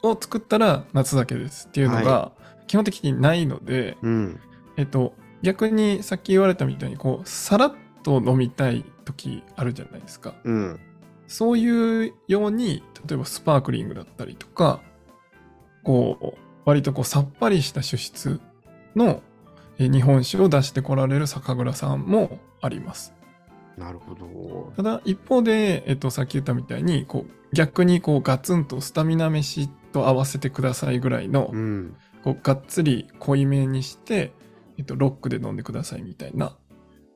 Speaker 2: を作ったら夏酒ですっていうのが基本的にないので、
Speaker 1: うん。
Speaker 2: えっと、逆にさっき言われたみたいに、こう、さらっと飲みたい時あるじゃないですか。
Speaker 1: うん。
Speaker 2: そういうように、例えばスパークリングだったりとか、こう、割とこう、さっぱりした酒質のえー日本酒を出してこられる酒蔵さんもあります。
Speaker 1: なるほど。
Speaker 2: ただ、一方で、えっと、さっき言ったみたいに、こう、逆にこう、ガツンとスタミナ飯と合わせてくださいぐらいの、
Speaker 1: うん。
Speaker 2: こうがっつり濃いめにして、えっと、ロックで飲んでくださいみたいな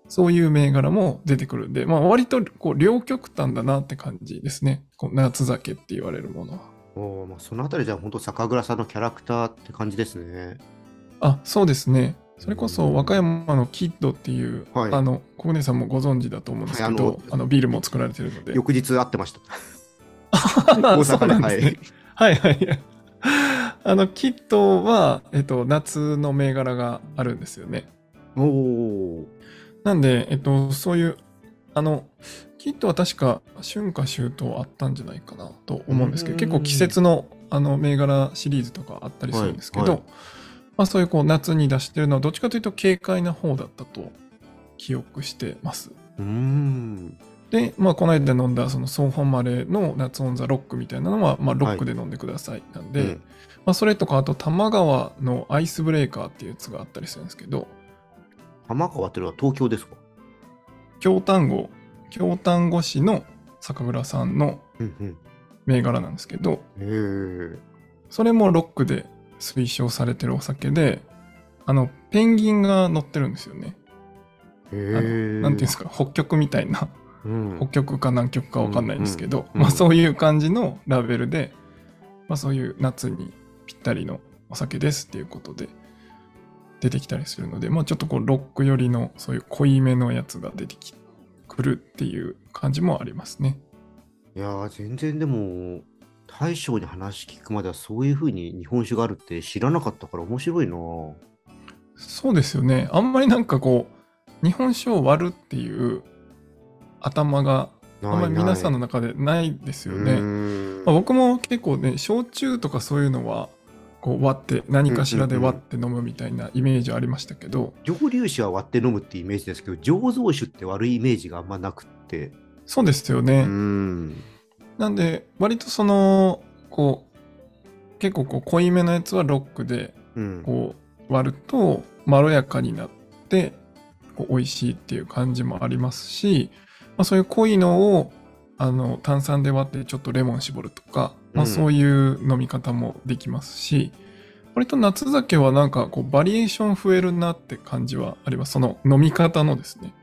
Speaker 2: そういう銘柄も出てくるんで、まあ、割とこう両極端だなって感じですねこう夏酒って言われるものは
Speaker 1: おーまあ、そのあたりじゃ本当酒蔵さんのキャラクターって感じですね。
Speaker 2: あそうですねそれこそ和歌山のキッドっていう、
Speaker 1: はい
Speaker 2: あの小根さんもご存知だと思うんですけど、
Speaker 1: はいあ
Speaker 2: あ
Speaker 1: の
Speaker 2: のビールも作られてるので
Speaker 1: 翌日会ってました。
Speaker 2: 大
Speaker 1: 大阪で
Speaker 2: ね、はいはいはいあのキッドは、えっと、夏の銘柄があるんですよね
Speaker 1: おおー。
Speaker 2: なんで、えっと、そういう、あの、キットは確か春夏秋冬あったんじゃないかなと思うんですけ
Speaker 1: う
Speaker 2: ど、
Speaker 1: ん
Speaker 2: 結構季節のあの銘柄シリーズとかあったりするんですけど、
Speaker 1: はいはい
Speaker 2: まあ、そういうこう夏に出してるのは、どっちかというと軽快な方だったと記憶してます。
Speaker 1: うーん。
Speaker 2: で、まあ、この間飲んだ、その、ソンホンマレーの夏オンザロックみたいなのは、まあ、ロックで飲んでください。なんで、
Speaker 1: うん
Speaker 2: まあ、それとか、あと、玉川のアイスブレーカーっていうやつがあったりするんですけど、
Speaker 1: 浜川っていうのは東京ですか
Speaker 2: 京丹後京丹後市の酒蔵さんの
Speaker 1: うんうん。
Speaker 2: 銘柄なんですけど
Speaker 1: ええー。
Speaker 2: それもロックで推奨されてるお酒であのペンギンが乗ってるんですよね。
Speaker 1: ええ
Speaker 2: あの
Speaker 1: ー。
Speaker 2: なんていうんですか北極みたいな
Speaker 1: うん
Speaker 2: 北極か南極かわかんないんですけど、
Speaker 1: うんうん
Speaker 2: まあ、そういう感じのラベルで、まあ、そういう夏にぴったりのお酒ですっていうことで出てきたりするので、まあ、ちょっとこうロック寄りのそういう濃いめのやつが出てきくるっていう感じもありますね。
Speaker 1: いやー、全然でも、大将に話聞くまではそういうふうに日本酒があるって知らなかったから面白いなぁ
Speaker 2: そうですよね。あんまりなんかこう、日本酒を割るっていう頭があんまり皆さんの
Speaker 1: で
Speaker 2: 中でないですよね。
Speaker 1: ね
Speaker 2: まあ、僕も結構ね、焼酎とかそういうのは、こう割って、何かしらで割って飲むみたいなイメージありましたけど、
Speaker 1: 蒸留酒は割って飲むってイメージですけど、醸造酒って悪いイメージがあんまなくって。
Speaker 2: そうですよね。
Speaker 1: うん。
Speaker 2: なんで、割とその、こう、結構こう濃いめのやつはロックで、
Speaker 1: うん。
Speaker 2: こう割るとまろやかになってこう美味しいっていう感じもありますし、まあ、そういう濃いのをあの炭酸で割ってちょっとレモン絞るとか、ま
Speaker 1: う
Speaker 2: あ、
Speaker 1: ん
Speaker 2: そういう飲み方もできますし、割と夏酒はなんかこうバリエーション増えるなって感じはありますその飲み方のですね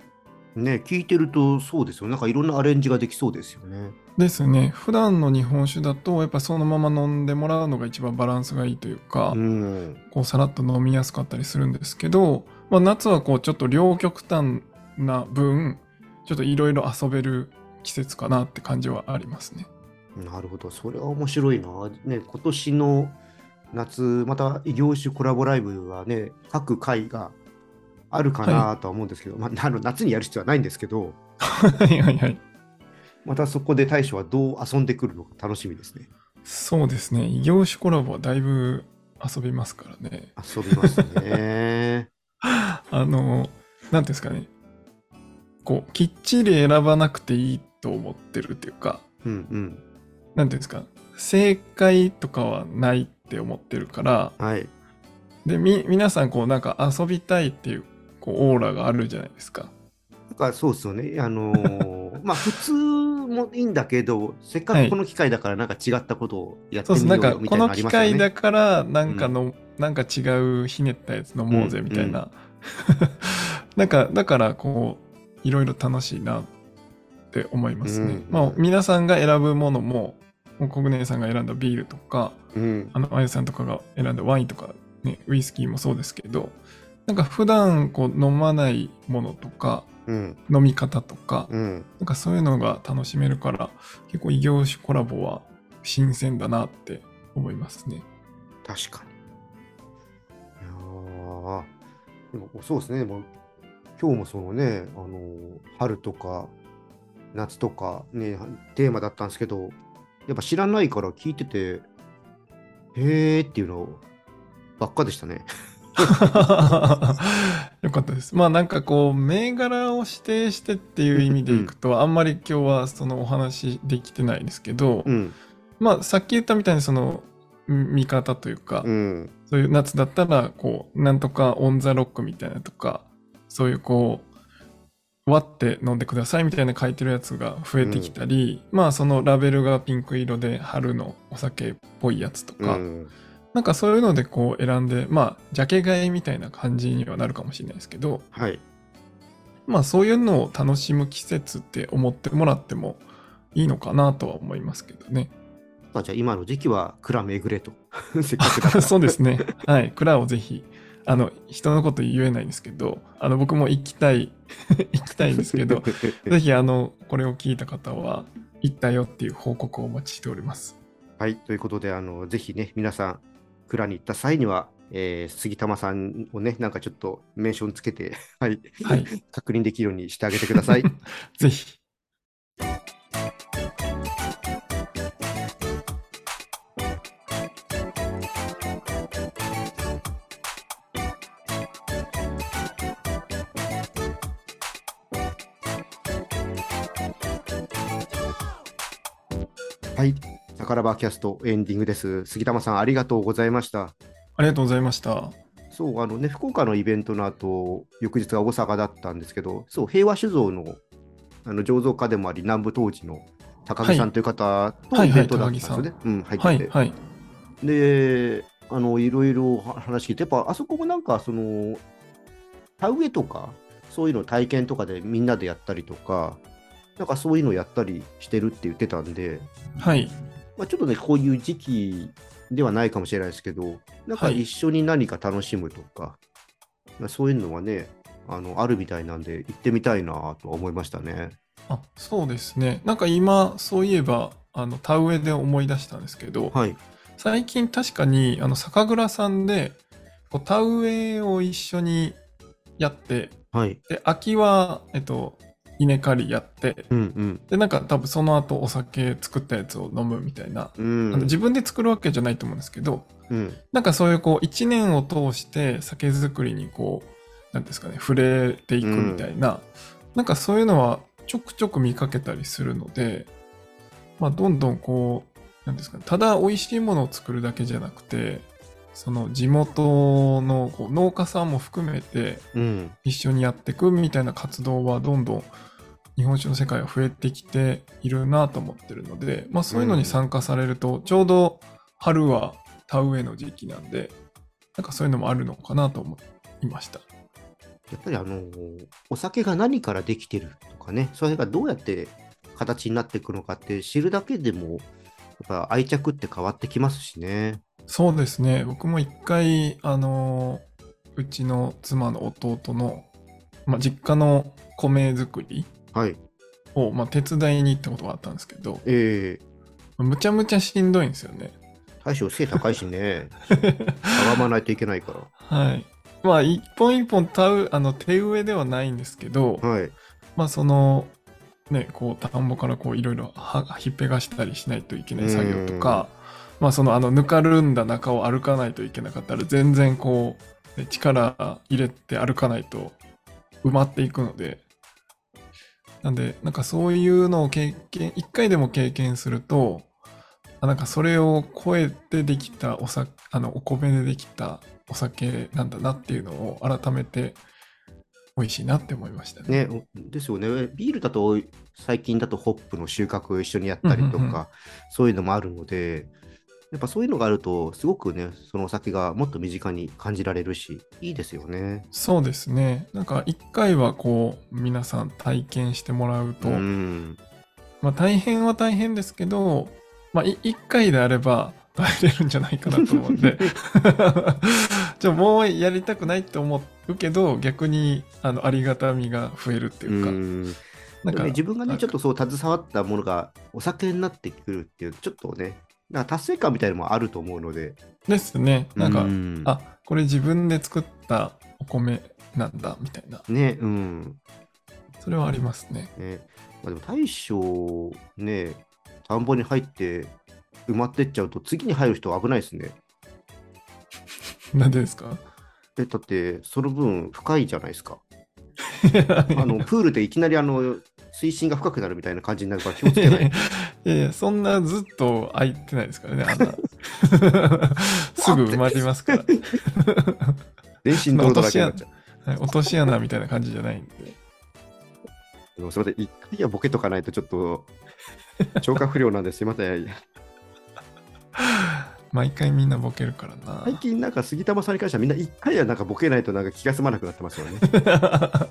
Speaker 1: ね、聞いてるとそうですよ。なんかいろんなアレンジができそうですよね。
Speaker 2: ですね普段の日本酒だとやっぱそのまま飲んでもらうのが一番バランスがいいというか、
Speaker 1: うん。
Speaker 2: こうさらっと飲みやすかったりするんですけど、まあ、夏はこうちょっと両極端な分ちょっといろいろ遊べる季節かなって感じはありますね。
Speaker 1: なるほど、それは面白いな。ね、今年の夏、また異業種コラボライブはね、各回があるかなとは思うんですけど、まあ、あの夏にやる必要はないんですけど、
Speaker 2: はいはいはい。
Speaker 1: またそこで大将はどう遊んでくるのか楽しみですね。
Speaker 2: そうですね。異業種コラボはだいぶ遊びますからね。
Speaker 1: 遊びますね。
Speaker 2: あの、なんていうんですかね。こう、きっちり選ばなくていいと思ってるっていうか、
Speaker 1: うん
Speaker 2: なんていうんですか、正解とかはないって思ってるから、
Speaker 1: うん。はい。
Speaker 2: で、み、皆さんこうなんか遊びたいっていう、こう、オーラがあるじゃないですか。
Speaker 1: なんかそうですよね。あのーまあ普通もいいんだけど、せっかくこの機会だからなんか違ったことをやって
Speaker 2: そう
Speaker 1: みよ
Speaker 2: で
Speaker 1: う
Speaker 2: す。なんか、
Speaker 1: よみた
Speaker 2: こ
Speaker 1: いなの
Speaker 2: の
Speaker 1: あり
Speaker 2: 機
Speaker 1: ますよね。
Speaker 2: 会だから、なんかの、なんか違うひねったやつ飲もうぜみたいな。 なんか、だから、こう、いろいろ楽しいなって思いますね。
Speaker 1: うん
Speaker 2: まあ、皆さんが選ぶものも、もう国根さんが選んだビールとか、
Speaker 1: うん。
Speaker 2: あの、あやさんとかが選んだワインとか、ね、ウイスキーもそうですけど、なんか普段こう飲まないものとか、
Speaker 1: うん。
Speaker 2: 飲み方とか、
Speaker 1: うん。
Speaker 2: なんかそういうのが楽しめるから、結構異業種コラボは新鮮だなって思います ね。
Speaker 1: 確かに。いやーでもそうですね、でも今日もそのね、あのー春とか夏とか、ね、テーマだったんですけど、やっぱ知らないから聞いてて、へーっていうのばっかでしたね。
Speaker 2: よかったです。まあなんかこう、銘柄を指定してっていう意味でいくと、あんまり今日はそのお話できてないですけど、
Speaker 1: うん、
Speaker 2: まあさっき言ったみたいにその、ん見方というか、
Speaker 1: うん、
Speaker 2: そういう夏だったら、こう、なんとかオンザロックみたいなとか、そういうこう、割って飲んでくださいみたいな書いてるやつが増えてきたり、まあそのラベルがピンク色で春のお酒っぽいやつと
Speaker 1: う
Speaker 2: か、
Speaker 1: ん、
Speaker 2: なんかそういうのでこう選んで、まあ、ジャケ買いみたいな感じにはなるかもしれないですけど、
Speaker 1: はい。
Speaker 2: まあそういうのを楽しむ季節って思ってもらってもいいのかなとは思いますけどね。
Speaker 1: まあじゃあ今の時期は蔵めぐれ と。せっかくだから。
Speaker 2: そうですね。はい。蔵をぜひ、あの、人のこと言えないんですけど、あの、僕も行きたい、 行きたいんですけど、ぜひ、あの、これを聞いた方は、行ったよっていう報告をお待ちしております。
Speaker 1: はい、ということで、あのぜひね、皆さん、蔵に行った際には、えー杉玉さんをね、なんかちょっとメンションつけて、 はい、
Speaker 2: はい。
Speaker 1: 確認できるようにしてあげてくだ さい。
Speaker 2: ぜひ。
Speaker 1: はい、サカラバーキャストエンディングです。杉玉さん、ありがとうございました。
Speaker 2: ありがとうございました。
Speaker 1: そう、あのね、福岡のイベントの後、翌日が大阪だったんですけど、そう、平和酒造のあの醸造家でもあり、南部当時の高木さんという方と
Speaker 2: はい
Speaker 1: イベントだったん
Speaker 2: はいはい
Speaker 1: ですよね。うん、入ってて。
Speaker 2: はい。はい。
Speaker 1: で、あの、いろいろは話聞いて、やっぱあそこもなんか、その、田植えとか、そういうの体験とかでみんなでやったりとか、なんかそういうのやったりしてるって言ってたんで、
Speaker 2: はい。
Speaker 1: まあ、ちょっとね、こういう時期ではないかもしれないですけど、なんか
Speaker 2: はい
Speaker 1: 一緒に何か楽しむとか、まあそういうのはね、あの、あるみたいなんで、行ってみたいなとは思いましたね。
Speaker 2: あ、そうですね。なんか今、そういえば、あの、田植えで思い出したんですけど、
Speaker 1: はい。
Speaker 2: 最近確かにあの酒蔵さんでこう田植えを一緒にやって
Speaker 1: はい。
Speaker 2: で秋は、えっと、稲刈りやって
Speaker 1: うん
Speaker 2: でなんか多分その後お酒作ったやつを飲むみたいな、
Speaker 1: うん。う
Speaker 2: あの
Speaker 1: ん。
Speaker 2: 自分で作るわけじゃないと思うんですけど
Speaker 1: うん。
Speaker 2: なんかそういうこう一年を通して酒造りにこう何ですかね触れていくみたいな、なんかそういうのはちょくちょく見かけたりするので、まあ、どんどんこう何ですかねただ美味しいものを作るだけじゃなくてその地元のこう農家さんも含めて
Speaker 1: うん。
Speaker 2: 一緒にやっていくみたいな活動はどんどん日本酒の世界は増えてきているなと思ってるので、まあ、そういうのに参加されるとちょうど春は田植えの時期なんでなんかそういうのもあるのかなと思いました
Speaker 1: やっぱりあのお酒が何からできてるとかね、それがどうやって形になっていくのかって知るだけでも、やっぱ愛着って変わってきますしね。
Speaker 2: そうですね僕も一回あのうちの妻の弟の、まあ、実家の米作り
Speaker 1: はい。
Speaker 2: を、まあ、手伝いに行ったことがあったんですけど
Speaker 1: え
Speaker 2: むちゃむちゃしんどいんですよね。
Speaker 1: 大将背高いし ね、たわまないといけないか
Speaker 2: はい。まあ、一本一本田う、あの、手植えではないんですけど、
Speaker 1: ら。はい。
Speaker 2: まあ、その、ね、こう、田んぼからこう、いろいろはひっぺがしたりしないといけない作業とか、まあ、その、あの、ぬかるんだ中を歩かないといけなかったら、全然こう、ね力入れて歩かないと埋まっていくので、なんで、なんかそういうのを経験、一回でも経験すると、あなんかそれを超えてできたお酒、あの、お米でできたお酒なんだなっていうのを改めて美味しいなって思いましたね。
Speaker 1: ね、おですよね。ビールだと、最近だとホップの収穫を一緒にやったりとか、
Speaker 2: うんうんうん
Speaker 1: そういうのもあるので、やっぱそういうのがあると、すごくね、そのお酒がもっと身近に感じられるし、いいですよね。
Speaker 2: そうですね。なんか一回はこう皆さん体験してもらうと、
Speaker 1: うん。
Speaker 2: まあ大変は大変ですけど、まあい一回であれば耐えれるんじゃないかなと思うんで、 じゃあもうやりたくないって思うけど、逆にあのありがたみが増えるって
Speaker 1: う
Speaker 2: いうか、
Speaker 1: ん
Speaker 2: なん
Speaker 1: でも
Speaker 2: か
Speaker 1: ね、自分が
Speaker 2: な
Speaker 1: ね、
Speaker 2: ん
Speaker 1: ちょっ
Speaker 2: か
Speaker 1: とそう携わったものがお酒になってくるっていう、ちょっとね、なんか達成感みたいなのもあると思うので、
Speaker 2: ですね。なんか、
Speaker 1: うん
Speaker 2: あこれ自分で作ったお米なんだみたいな、
Speaker 1: ね、うん。
Speaker 2: それはありますね。
Speaker 1: ねまあ、でも大将、ね、田んぼに入って埋まってっちゃうと、次に入る人は危ないですね。
Speaker 2: なんでですか？
Speaker 1: えだって、その分深いじゃないですか。あのプールでいきなりあの水深が深くなるみたいな感じになるから気をつけない。
Speaker 2: いやいや、そんなずっと開いてないですからね、 穴。すぐ埋まりますから。
Speaker 1: 全身泥だらけになっちゃ
Speaker 2: はい落とし穴みたいな感じじゃないんで。
Speaker 1: う。でもすみません、一回はボケとかないとちょっ と消化不良なんです。すみません。
Speaker 2: 毎回みんなボケるからな。
Speaker 1: 最近なんか杉玉さんに関してはみんな一回はなんかボケないとなんか気が済まなくなってますよね。
Speaker 2: ちょっ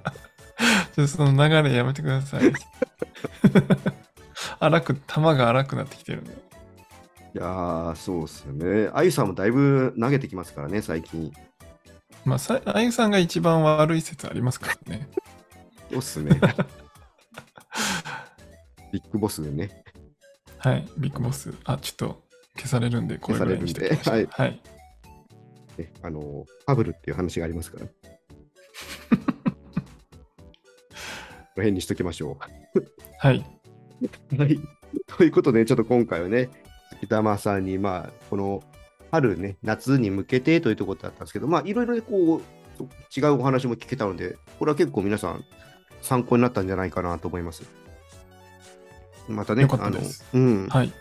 Speaker 2: とその流れやめてください。 荒く、玉が荒くなってきてるんで。
Speaker 1: いやー、そうっすよね。あゆさんもだいぶ投げてきますからね、最近。
Speaker 2: まあ、さあゆさんが一番悪い説ありますからね。
Speaker 1: そうっすね。ビッグボスでね。
Speaker 2: はい、ビッグボス。あ、ちょっと消されるんで、これぐらいにしておきましょ
Speaker 1: 消さ
Speaker 2: う
Speaker 1: れるん
Speaker 2: はい。
Speaker 1: ねあのパブルっていう話がありますから。この辺にしときましょ
Speaker 2: はい。
Speaker 1: う。はい。 ということで、ちょっと今回はね、杉玉さんに、まあ、この春ね、夏に向けてというところだったんですけど、まあ、いろいろね、こう、違うお話も聞けたので、これは結構皆さん、参考になったんじゃないかなと思います。またね、
Speaker 2: よかったです
Speaker 1: あの、うん、
Speaker 2: はい。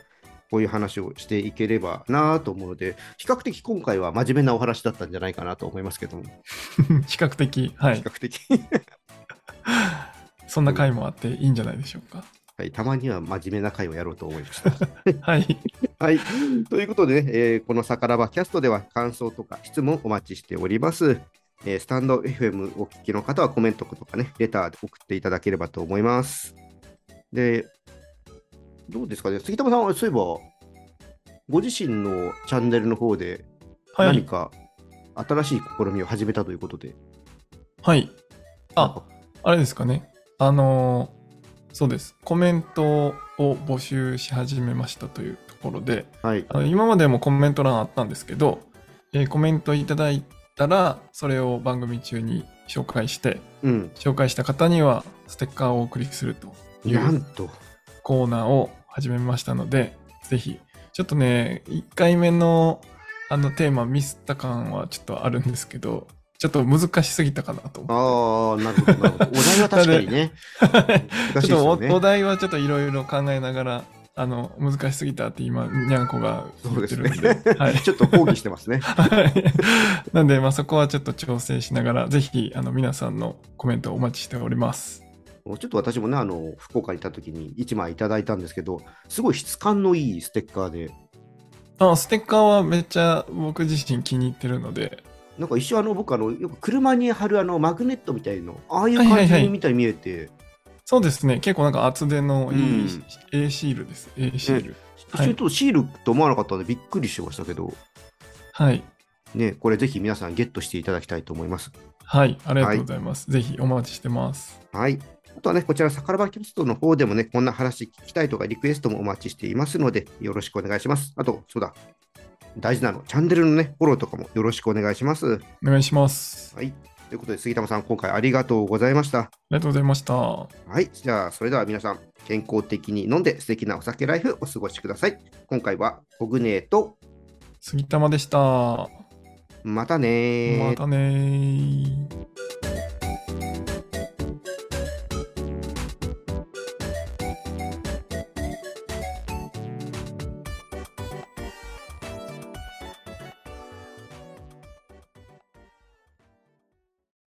Speaker 1: こういう話をしていければなと思うので、比較的今回は真面目なお話だったんじゃないかなと思いますけども、比
Speaker 2: 比較的、はい。
Speaker 1: 較的、
Speaker 2: そんな回もあっていいんじゃないでしょうか。
Speaker 1: はい、たまには真面目な回をやろうと思いました。
Speaker 2: はい。
Speaker 1: はい、ということで、ねえーこのさからばキャストでは感想とか質問お待ちしております。えースタンド FM お聞きの方はコメントとかね、レターで送っていただければと思います。で、どうですかね、杉玉さんはそういえば、ご自身のチャンネルの方で
Speaker 2: は
Speaker 1: 何
Speaker 2: い。
Speaker 1: か新しい試みを始めたということで、
Speaker 2: はい。
Speaker 1: なん
Speaker 2: あ
Speaker 1: か、
Speaker 2: あれですかね。あのーそうです。コメントを募集し始めましたというところで、
Speaker 1: はい。
Speaker 2: あの今までもコメント欄あったんですけど、えーコメントいただいたら、それを番組中に紹介して、
Speaker 1: うん。
Speaker 2: 紹介した方にはステッカーをお送りするとい
Speaker 1: なん
Speaker 2: う
Speaker 1: と。
Speaker 2: コーナーを始めましたので、ぜひ、ちょっとね、1回目のあのテーマミスった感はちょっとあるんですけど、ちょっと難しすぎたかなと思って
Speaker 1: ああ、なるほど、なるほど。お題は確かにね。難しいですよ
Speaker 2: ちょっとおお
Speaker 1: ね。
Speaker 2: 題はちょっといろいろ考えながら、あの、難しすぎたって今、にゃんこが
Speaker 1: そう
Speaker 2: 言っ
Speaker 1: です
Speaker 2: てるん
Speaker 1: ね
Speaker 2: で。 はい。
Speaker 1: ちょっと抗議してますね。
Speaker 2: はいなんで、まあそこはちょっと調整しながら、ぜひ、あの、皆さんのコメントをお待ちしております。
Speaker 1: ちょっと私もね、あの福岡にいた時に1枚いただいたんですけど、すごい質感のいいステッカーで、
Speaker 2: あ、ステッカーはめっちゃ僕自身気に入ってるので、
Speaker 1: なんか一瞬あの、僕あの、よく車に貼るあのマグネットみたいの、ああいう感
Speaker 2: はいはいは
Speaker 1: じ
Speaker 2: い
Speaker 1: みたいに見えて、
Speaker 2: そうですね、結構なんか厚手のいい、
Speaker 1: うん
Speaker 2: A シールです。A シール。
Speaker 1: 一瞬ちょっとシールと思わなかったんで、びっくりしましたけど、
Speaker 2: はい。
Speaker 1: ね、これぜひ皆さんゲットしていただきたいと思います。
Speaker 2: はい、ありがとうございます。ぜひお待ちしてます。
Speaker 1: はい。あとはね、こちら、サカラバキャストの方でもね、こんな話聞きたいとか、リクエストもお待ちしていますので、よろしくお願いします。あと、そうだ、大事なの、チャンネルのね、フォローとかもよろしくお願いします。
Speaker 2: お願いします。あ
Speaker 1: はい。ということで、杉玉さん、今回ありがとうございました。
Speaker 2: りがとうございました。は
Speaker 1: はい。じゃあ、それでは皆さん、健康的に飲んで素敵なお酒ライフお過ごしください。今回は、コグネーと、
Speaker 2: 杉玉でした。ま
Speaker 1: またねー。
Speaker 2: たねー。